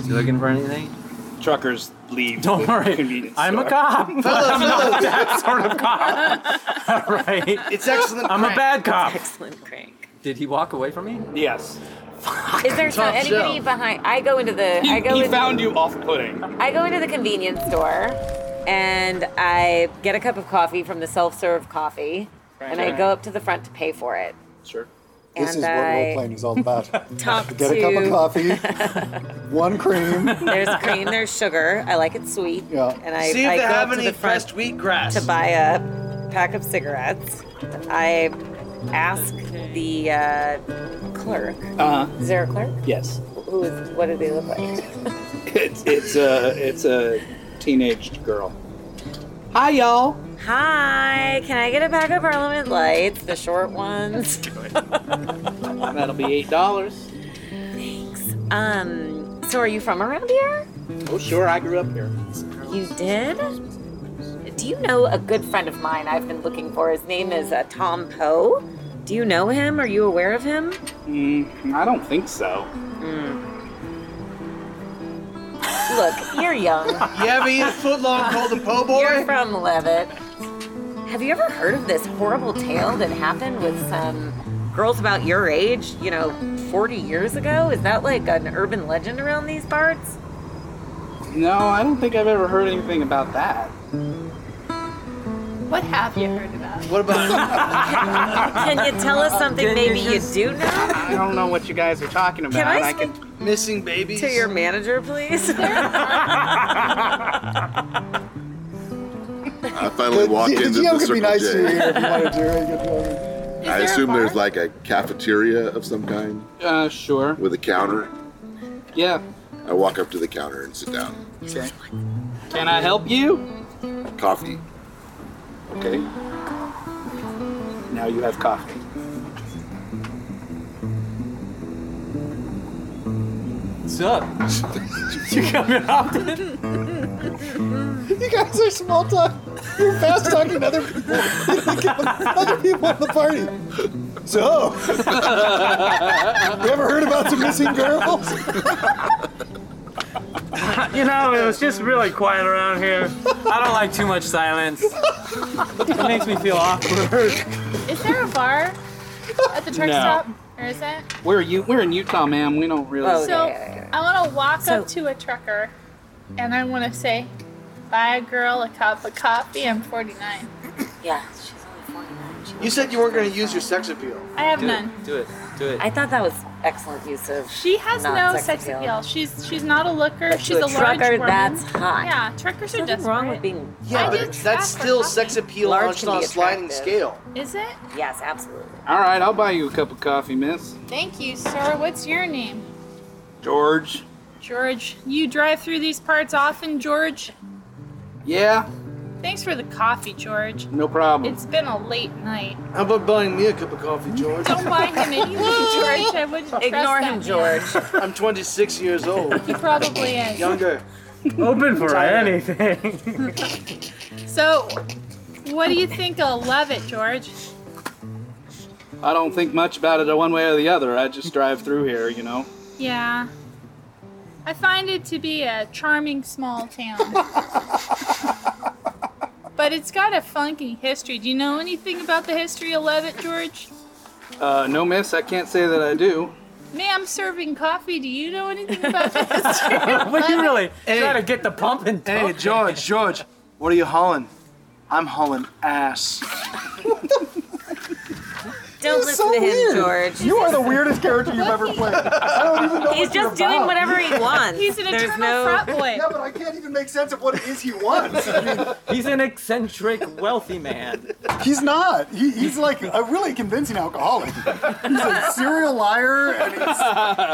S3: you looking for anything?
S2: Truckers leave.
S3: Don't worry. I'm a cop.
S6: Fellow,
S3: I'm
S6: fellow.
S3: not that sort of cop. right?
S6: It's excellent
S3: I'm
S6: crank.
S3: a bad cop.
S5: Excellent crank.
S3: Did he walk away from me?
S2: Yes.
S5: Is there so
S3: Top
S5: anybody
S3: shelf.
S5: behind? I go into the. I go. in-
S2: you off-putting.
S5: I go into the convenience store, and I get a cup of coffee from the self-serve coffee,
S7: Right.
S5: and I go up to the front to pay for it.
S2: Sure.
S7: This
S5: And
S7: is what
S5: I-
S7: role playing is all about.
S5: Top
S7: Get a cup
S5: two.
S7: of coffee, one cream.
S5: There's cream. There's sugar. I like it sweet. And I,
S6: See if
S5: I
S6: they
S5: go
S6: have
S5: up to
S6: any
S5: the front
S6: pressed wheatgrass.
S5: to buy a pack of cigarettes. I ask the uh, clerk.
S2: Uh-huh.
S5: Is there a clerk?
S2: Yes.
S5: Who is? What do they look like?
S2: It's it's a it's a teenaged girl. Hi, y'all.
S5: Hi. Can I get a pack of Parliament Lights, the short ones?
S2: That'll be eight dollars.
S5: Um. So, are you from around here?
S2: Oh, sure. I grew up here.
S5: You did? Do you know a good friend of mine I've been looking for? His name is uh, Tom Poe. Do you know him? Are you aware of him?
S2: Mm, I don't think so.
S5: Look, you're young.
S6: Yeah, but he's a foot long called the po' boy.
S5: You're from Levitt. Have you ever heard of this horrible tale that happened with some girls about your age, you know, 40 years ago? Is that like an urban legend around these parts?
S2: No, I don't think I've ever heard anything about that.
S4: What have you heard about?
S2: What about?
S5: Can you tell us something
S2: Can
S5: maybe
S2: you
S5: you
S2: just-
S5: do know?
S2: I don't know what you guys are talking about.
S5: Can I
S2: can-
S6: Missing babies.
S5: To your manager, please.
S11: I finally walked
S7: the
S11: into the
S7: DM could be
S11: Circle
S7: nice to you here if you
S11: J.
S7: wanted to. right? Good morning.
S11: I assume there's like a cafeteria of some kind
S2: Uh, sure.
S11: with a counter.
S2: Yeah.
S11: I walk up to the counter and sit down.
S2: Okay. Can I help you?
S11: Coffee.
S2: Okay. Now you have coffee.
S3: What's up? you coming up?
S7: You guys are small talk. You're fast talking to other people. other people at the party. So, you ever heard about some missing girls?
S3: you know, it was just really quiet around here. I don't like too much silence. It makes me feel awkward.
S4: Is there a bar at the truck
S2: No.
S4: stop? Or is that?
S2: We're you. We're in Utah, ma'am. We don't really.
S5: Oh,
S4: so I want to walk up to a trucker, and I want to say, "Buy a girl a cup of coffee." I'm 49.
S5: Yeah.
S6: You said you weren't going to use your sex appeal.
S4: I have
S6: Do it.
S4: none.
S3: Do it. Do it.
S5: I thought that was excellent use of.
S4: She has
S5: not
S4: no sex appeal. She's she's not a looker.
S5: But to
S4: she's
S5: a
S4: a, large
S5: trucker,
S4: woman.
S5: that's hot.
S4: Yeah, truckers are
S5: Nothing
S4: desperate.
S5: wrong with being.
S6: Yeah, but that's still sex appeal
S5: Large
S6: launched
S5: can be
S6: on a sliding
S5: attractive.
S6: scale.
S4: Is it?
S5: Yes, absolutely.
S2: All right, I'll buy you a cup of coffee, miss.
S4: Thank you, sir. What's your name?
S2: George.
S4: George. You drive through these parts often, George.
S2: Yeah,
S4: Thanks for the coffee, George.
S2: no problem.
S4: It's been a late night.
S6: How about buying me a cup of coffee, George?
S4: Don't buy him anything, George. I wouldn't trust
S6: Ignore
S4: that man.
S6: I'm 26 years old.
S4: He probably is.
S6: Younger.
S3: Open for anything.
S4: So, what do you think of Levitt, George?
S2: I don't think much about it one way or the other. I just drive through here, you know.
S4: Yeah. I find it to be a charming small town. but it's got a funky history. Do you know anything about the history of Levitt, George?
S2: Uh, no, miss, I can't say that I do.
S4: Ma'am, serving coffee. Do you know anything about this?
S12: what you really trying to get the pumping? Hey, George, George, what are you hauling? I'm hauling ass.
S5: Don't listen to him, George.
S13: You are the weirdest character you've ever played. I don't even know
S5: He's
S13: what
S5: just
S13: you're
S5: doing
S13: about.
S5: whatever he wants. He's an There's eternal no- frat boy.
S13: Yeah, but I can't even make sense of what it is he wants. I mean,
S3: He's an eccentric, wealthy man.
S13: he's not. He, he's like a really convincing alcoholic. He's a serial liar and he's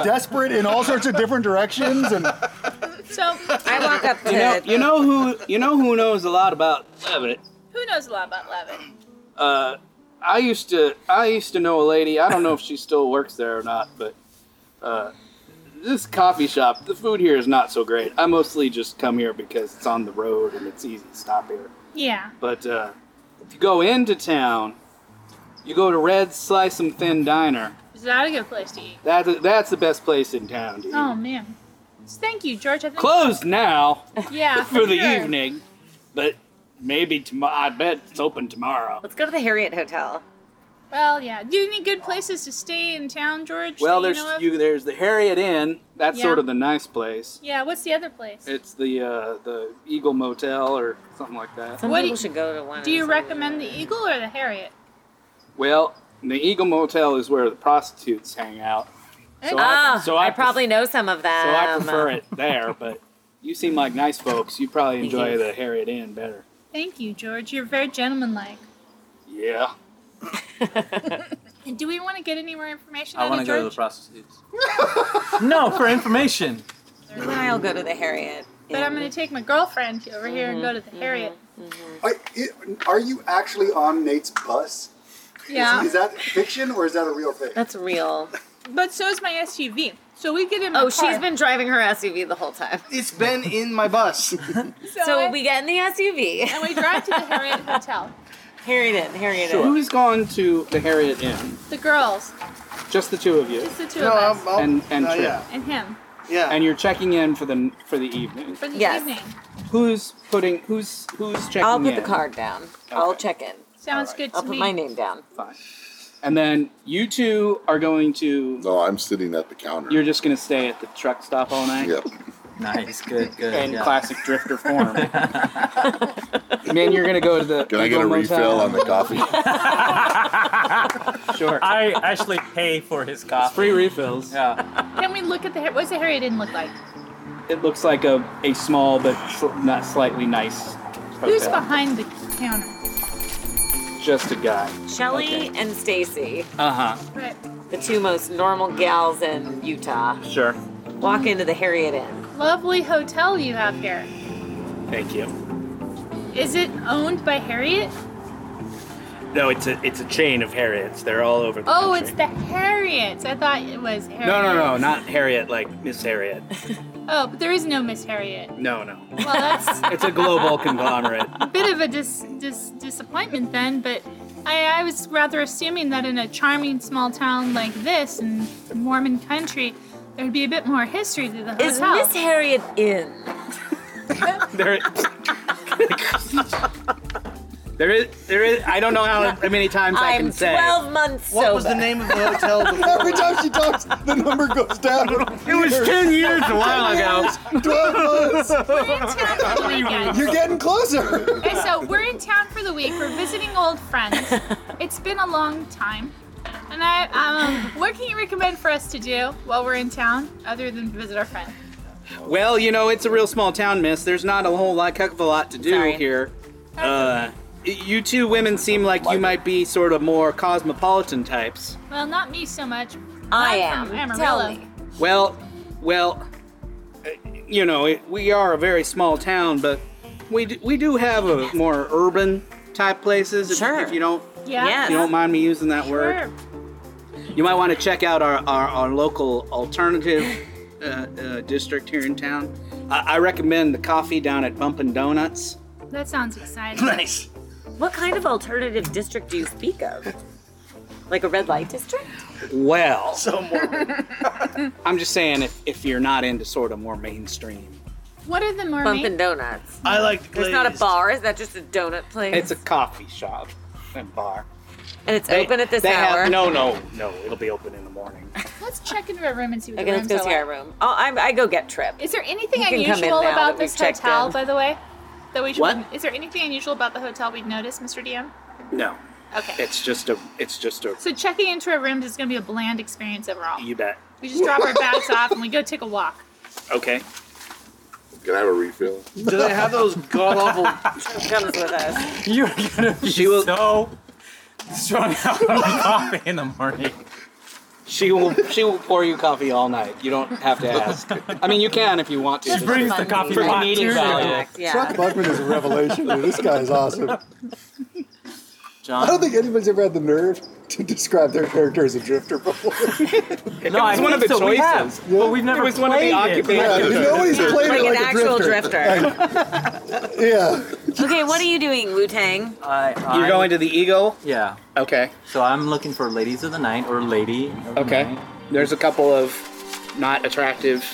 S13: desperate in all sorts of different directions. And
S4: so
S5: I walk up
S11: You know, you know who you know who knows a lot about Levitt.
S4: Who knows a lot about Levin?
S11: Uh, I used to I used to know a lady. I don't know if she still works there or not, but uh, this coffee shop, the food here is not so great. I mostly just come here because it's on the road and it's easy to stop here.
S4: Yeah.
S11: But uh, if you go into town, you go to Red's Slice 'em Thin Diner.
S4: Is that a good place to eat?
S11: That's that's the best place in town. To eat.
S4: Oh man. So thank you, George. I think
S11: Closed now
S4: Yeah.
S11: for the
S4: sure.
S11: evening, but maybe tomorrow. I bet it's open tomorrow.
S5: Let's go to the Harriet Hotel.
S4: Well, yeah. Do you need good places to stay in town, George?
S11: Well,
S4: that you
S11: there's
S4: know of?
S11: you, there's the Harriet Inn. That's
S4: Yeah.
S11: sort of the nice place.
S4: Yeah. What's the other place?
S11: It's the uh, the Eagle Motel or something like that.
S4: Some What people do-
S5: should go to one.
S4: Do you recommend the Eagle or the Harriet?
S11: Well, the Eagle Motel is where the prostitutes hang out. So I-
S5: Ah,
S11: so
S5: I,
S11: I pref-
S5: probably know some of
S11: So
S5: them.
S11: I prefer it there, but you seem like nice folks. You probably enjoy the Harriet Inn better.
S4: Thank you, George. You're very gentlemanlike.
S11: Yeah.
S4: And do we want to get any more information
S3: I
S4: out
S3: wanna
S4: of
S3: go to
S4: George?
S3: the No, for information.
S5: Then I'll go to the Harriet.
S4: But I'm going to take my girlfriend over here and go to the Harriet.
S13: Are, i- are you actually on Nate's bus? Is-
S4: Yeah.
S13: Is, that fiction or is that a real thing?
S5: That's real.
S4: But so is my SUV. So we get in my
S5: Oh, she's
S4: car.
S5: been driving her SUV the whole time.
S12: It's been in my bus.
S5: So, we get in the SUV
S4: and we drive to the Harriet Hotel.
S5: Harriet in, Harriet in.
S11: Who's gone to the Harriet Inn?
S4: The girls.
S11: Just the two of you.
S4: Just the two of us.
S11: and and
S6: oh,
S11: Trip.
S4: And him.
S12: Yeah.
S11: And you're checking in for the for the evening.
S4: For the
S5: Yes.
S4: evening.
S11: Who's putting who's who's checking
S5: I'll put
S11: in?
S5: the card down. I'll check in.
S4: Sounds good to
S5: I'll put
S4: me.
S5: my name down.
S11: Fine. And then you two are going to.
S8: No, I'm sitting at the counter.
S11: You're just going to stay at the truck stop all night.
S8: Yep.
S11: Nice, good,
S8: good,
S11: In
S8: yeah.
S11: classic drifter form. Man, you're going to go to the.
S8: Can I get a refill on the coffee?
S11: Sure.
S3: I actually pay for his coffee.
S11: free refills. Yeah.
S4: Can we look at the Har- what's the Harriet Inn look like?
S11: It looks like a, a small but sl- not slightly nice.
S4: Who's
S11: hotel.
S4: behind the counter?
S11: Just a guy.
S5: Shelly and Stacy,
S3: Uh-huh.
S11: Uh huh.
S4: Right.
S5: the two most normal gals in Utah,
S11: Sure.
S5: walk into the Harriet Inn.
S4: Lovely hotel you have here.
S11: Thank you.
S4: Is it owned by Harriet?
S14: No, it's a it's a chain of Harriets. They're all over the
S4: Oh,
S14: country.
S4: it's the Harriets. I thought it was Harriet.
S14: No, no, no, not Harriet like Miss Harriet.
S4: Oh, but there is no Miss Harriet.
S14: No, no.
S4: Well, that's
S14: It's a global conglomerate.
S4: a bit of a dis- dis- disappointment then, but I, I was rather assuming that in a charming small town like this in Mormon country, there'd be a bit more history to the
S5: Is
S4: hotel.
S5: Miss Harriet in?
S14: There, there is there is. I don't know how many times I can
S5: I'm
S14: say.
S5: 12 months sober.
S14: What was the name of the hotel before?
S13: Every time she talks, the number goes down. It
S14: was 10 years a while ago.
S13: 12
S4: Wait, guys.
S13: months. You're getting closer.
S4: Okay, so we're in town for the week. We're visiting old friends. It's been a long time. And I, um, what can you recommend for us to do while we're in town other than visit our friend?
S11: Well, you know, it's a real small town, miss. There's not a whole lot, heck of a lot to do
S4: Sorry.
S11: here. Uh, you two women seem like you might be sort of more cosmopolitan types.
S4: Well, not me so much.
S5: I
S4: I'm from
S5: am.
S4: Amarillo.
S5: Tell me.
S11: Well, well, uh, you know, it, we are a very small town, but we do, we do have a more urban type places. If, sure. If you don't,
S4: Yeah.
S11: if you don't mind me using that
S4: Sure.
S11: word, you might want to check out our our, our local alternative uh, uh, district here in town. I, I recommend the coffee down at Bumpin' Donuts.
S4: That sounds exciting.
S11: Nice.
S5: What kind of alternative district do you speak of? Like a red light district?
S11: Well, I'm just saying if, if you're not into sort of more mainstream,
S4: What are the more
S5: Bumpin' Donuts.
S11: I like
S5: There's not a bar. Is that just a donut place?
S11: it's a coffee shop and bar.
S5: And it's open at this
S11: They
S5: hour.
S11: have- no, no, no. It'll be open in the morning.
S4: Let's check into our room and see what
S5: Okay,
S4: the
S5: let's
S4: rooms
S5: go
S4: are
S5: see our
S4: like.
S5: room. Oh, I, I go get Trip.
S4: Is there anything
S5: You can come in
S4: unusual
S5: now
S4: about
S5: that we've
S4: this
S5: checked
S4: hotel,
S5: in.
S4: by the way? That we should.
S11: What?
S4: Is there anything unusual about the hotel we've noticed, Mr. DM?
S11: No.
S4: Okay.
S11: It's just a. It's just a.
S4: So checking into our rooms is going to be a bland experience overall.
S11: You bet.
S4: We just drop our bags off and we go take a walk.
S11: Okay.
S1: Can I have a refill?
S2: Do they have those god awful?
S5: comes with us.
S3: You're gonna be she will, so strung out on coffee in the morning.
S2: She will she will pour you coffee all night. You don't have to ask. I mean, you can if you want to.
S3: She brings the coffee
S2: You're
S3: pot
S2: needing
S3: to the
S2: value.
S3: act, yeah.
S7: Chuck Buckman is a revelation. dude. This guy is awesome. I don't
S3: John.
S7: think anybody's ever had the nerve to describe their character as a drifter before.
S3: No, I think so. We have, but we've never played
S7: Yeah, nobody's played
S5: like
S7: it like
S5: an
S7: a
S5: actual drifter.
S7: Yeah.
S5: okay, what are you doing, Wu Tang?
S2: You're going to the Eagle?
S3: Yeah.
S2: Okay.
S3: So I'm looking for ladies of the night or lady. Of
S2: Okay.
S3: The night.
S2: There's a couple of not attractive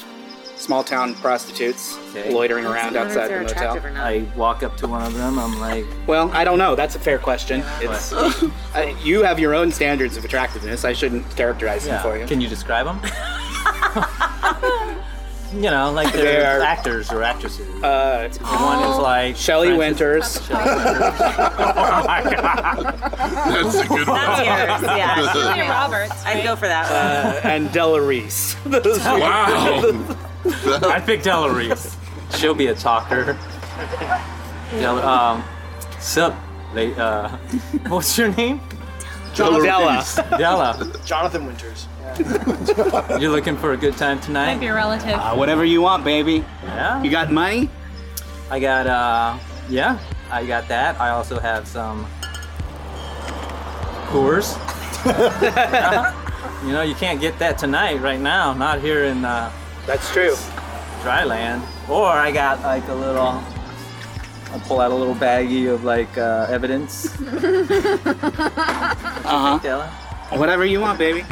S2: small town prostitutes loitering around outside the motel.
S3: I walk up to one of them. I'm like,
S2: Well, I don't know. That's a fair question. It's
S3: What?
S2: I, you have your own standards of attractiveness. I shouldn't characterize
S3: Yeah.
S2: them for you.
S3: Can you describe them? you know, like
S2: They
S3: they're
S2: are-
S3: actors or actresses.
S2: Uh,
S3: one is like
S2: Shelley Winters.
S1: That's a good
S5: That's
S2: one.
S5: yours. Yeah.
S4: Julia Roberts.
S5: I'd go for that one.
S2: uh, and Della Reese. Those are-
S3: I picked Della Reese. She'll be a talker. Della, um, sup, la- uh, what's your name?
S2: Della Della. Reese.
S3: Della.
S6: Jonathan Winters.
S3: You're looking for a good time tonight?
S4: Might be a relative.
S2: Uh, whatever you want, baby.
S3: Yeah.
S2: You got money?
S3: I got, uh, yeah, I got that. I also have some Coors. you know, you can't get that tonight, right now. Not here in, uh,
S2: That's true.
S3: dry land. Or I got like a little, I pull out a little baggie of like uh, evidence. Uh-huh.
S2: Uh huh. Whatever you want, baby.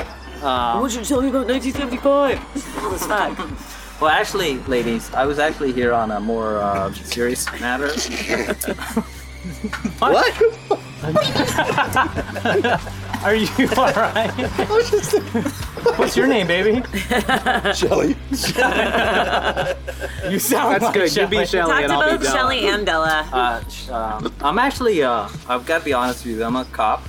S3: Um,
S5: you tell me about 1975?
S3: What's Well, actually, ladies, I was actually here on a more uh, serious matter. what? Are you all right? What's your name, baby?
S7: Shelly.
S3: you sound
S2: That's
S3: like
S2: good. You be Shelley
S5: Talk to both Shelly and Della.
S3: Uh, sh- um, I'm actually, uh, I've got to be honest with you, I'm a cop,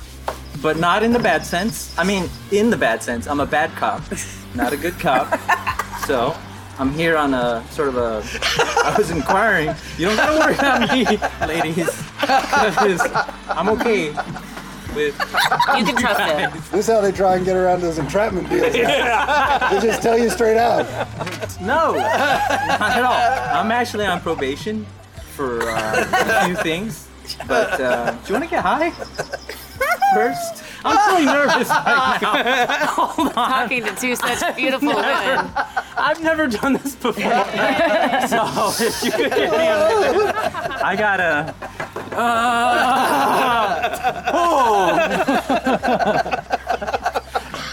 S3: but not in the bad sense. I mean, in the bad sense, I'm a bad cop, not a good cop. So, I'm here on a sort of a. I was inquiring. You don't gotta worry about me, ladies. 'cause I'm okay with.
S5: You can trust it.
S7: This is how they try and get around those entrapment deals.
S3: Yeah.
S7: They just tell you straight out.
S3: No, not at all. I'm actually on probation for uh, a few things. But uh, do you want to get high first? I'm so nervous right now. Hold on.
S5: Talking to two such beautiful women.
S3: I've never done this before. so if you could get me on, I gotta. Uh, oh.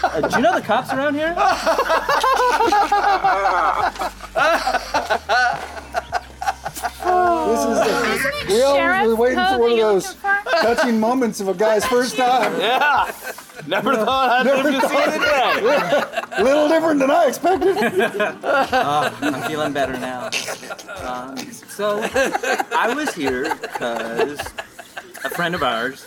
S3: Uh, do you know the cops around here?
S7: This is the, we always were waiting for one of those touching moments of a guy's first time.
S11: Yeah. Never thought I'd
S7: Never
S11: live to see
S7: thought-
S11: the day.
S7: Little different than I expected.
S3: oh, I'm feeling better now. Um, so I was here because a friend of ours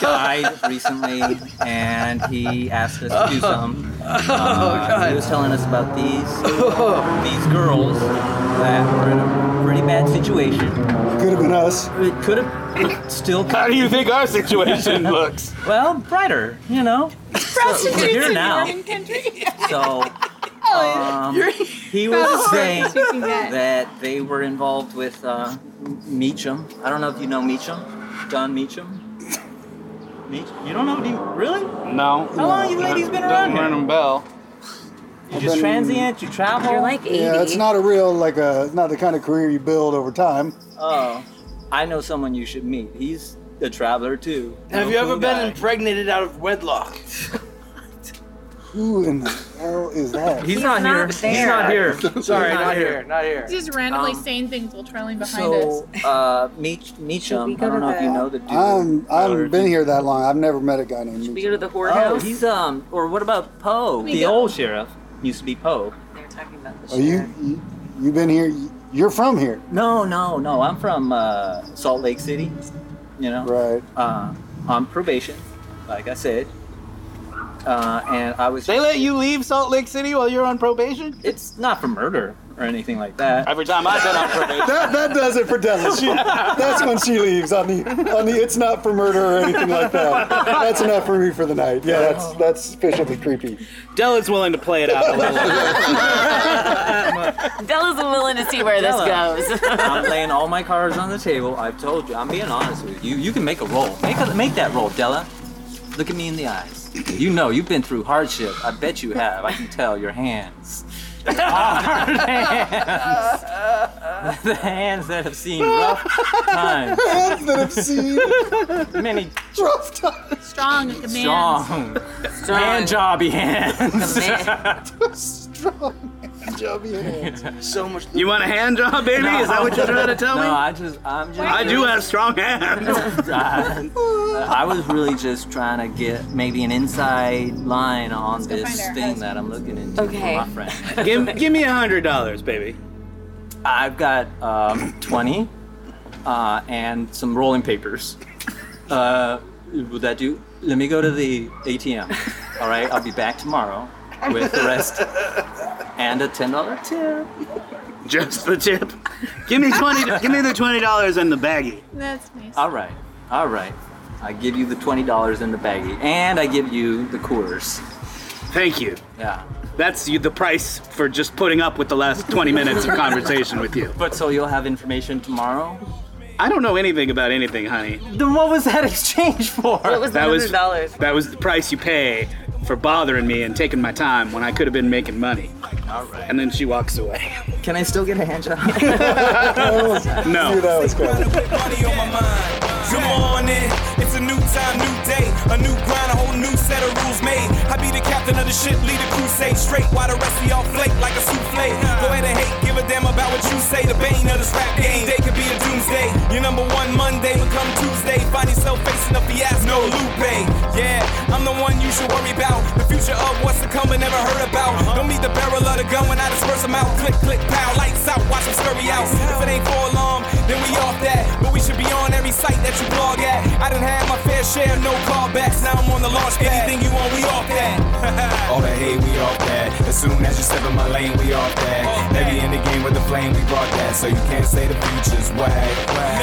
S3: died recently, and he asked us to do
S11: Oh.
S3: some. Uh, he was telling us about
S11: Oh.
S3: these these girls that were in a pretty bad situation.
S7: Could have been us.
S3: It could have. It still.
S11: How do you think our situation looks?
S3: Well, brighter, you know.
S4: Prostitutes
S3: we're here
S4: in
S3: now.
S4: Mormon country.
S3: So um, he was saying that they were involved with uh, Meacham. I don't know if you know Meacham, Don Meacham. Meach? You don't know? Do you, really?
S2: No.
S3: How long you ladies been around
S2: Don't
S3: here?
S2: ring a bell.
S3: You just transient. You travel.
S7: Yeah, it's not a real like a not the kind of career you build over time.
S3: Oh, I know someone you should meet. He's a traveler too.
S6: Have
S3: No
S6: you ever
S3: cool
S6: been
S3: guy.
S6: impregnated out of wedlock?
S7: Who in the hell is that?
S3: He's not here. He's not here.
S1: Sorry,
S3: He's
S1: not,
S3: not
S1: here.
S3: here.
S1: Not here.
S4: Just randomly
S3: Um,
S4: saying things while trailing behind us.
S3: So, uh, Meech, Meechum, I don't know if you know the dude.
S7: I'm I haven't been here that long. I've never met a guy named.
S3: Should
S7: Meech.
S3: we go to the whorehouse? Oh, he's um. Or what about Poe?
S7: We
S3: The
S7: go-
S3: old sheriff used to be Poe. They're talking about
S7: Are Oh, you, you you been here? You're from here.
S3: No, no, no. I'm from uh, Salt Lake City. You know.
S7: Right.
S3: Uh, on probation, like I said. Uh, and I was.
S1: They let you leave Salt Lake City while you're on probation?
S3: It's not for murder or anything like that.
S1: Every time I've been on probation.
S7: That that does it for Devil. She, that's when she leaves on the on the. It's not for murder or anything like that. That's enough for me for the night. Yeah, that's that's sufficiently creepy.
S2: Della's willing to play it out a little.
S5: Della's willing to see where this
S3: Della,
S5: goes.
S3: I'm laying all my cards on the table. I've told you. I'm being honest with you. You can make a roll. Make a, make that roll, Della. Look at me in the eyes. You know you've been through hardship. I bet you have. I can tell your hands. Hard hands. the hands that have seen rough times.
S7: Hands that have seen
S3: many
S7: rough times.
S4: Strong and command.
S3: Strong. Man jobby hands.
S7: Strong and jobby hands.
S1: So much.
S2: You want a hand job, baby? Is that what you're trying to tell me?
S3: No, I just, I'm just.
S2: I do have strong hands.
S3: I, I was really just trying to get maybe an inside line on this thing that I'm looking into
S5: Okay.
S3: with my friend. give, give me a hundred dollars, baby. I've got um, twenty uh, and some rolling papers. Uh, would that do? Let me go to the ATM. All right, I'll be back tomorrow with the rest and a ten dollar tip.
S2: Just the tip. Give me twenty. Give me the twenty dollars and the baggie.
S4: That's nice.
S3: All right, all right. I give you the twenty dollars in the baggie, and I give you the Coors.
S2: Thank you.
S3: Yeah.
S2: That's you- the price for just putting up with the last 20 minutes of conversation with you.
S3: But so you'll have information tomorrow?
S2: I don't know anything about anything, honey.
S3: Then what was that exchange for?
S2: What was that was that was the price you pay for bothering me and taking my time when I could have been making money.
S3: All right.
S2: And then she walks away.
S3: Can I still get a hand job?
S2: no.
S11: Good morning, it's a new time, new day, a new grind, a whole new set of rules made. I be the captain of the ship, lead the crusade straight, while the rest of y'all flake like a souffle. Go ahead and hate, give a damn about what you say. The bane of this rap game, day could be a doomsday. Your number one Monday become Tuesday. Find yourself facing a fiasco, Lupe. Yeah, I'm the one you should worry about. The future of what's to come but never heard about. Don't need the barrel of the gun when I disperse them out. Click, click, pow, lights out, watch them scurry out. If it ain't for alarm, then we off that. But we should be on every site that you blog at. I done had my fair share, no callbacks. Now I'm on the launch pad. Anything you want, we off that. All the hate, we off that. As soon as you step in my lane, we off that. Heavy in the game with the flame, we brought that. So you can't say the future's whack.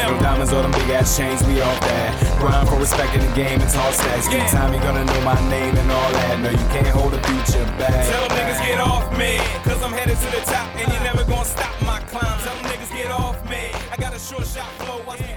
S11: No diamonds or them big ass chains, we off that. Grind for respect in the game, it's all stacks. Anytime you gonna know my name and all that. No, you can't hold the future back. Tell them niggas get off me, cause I'm headed to the top and you're never gonna stop my climb. Tell them niggas get off me. I got a short shot flow, watch me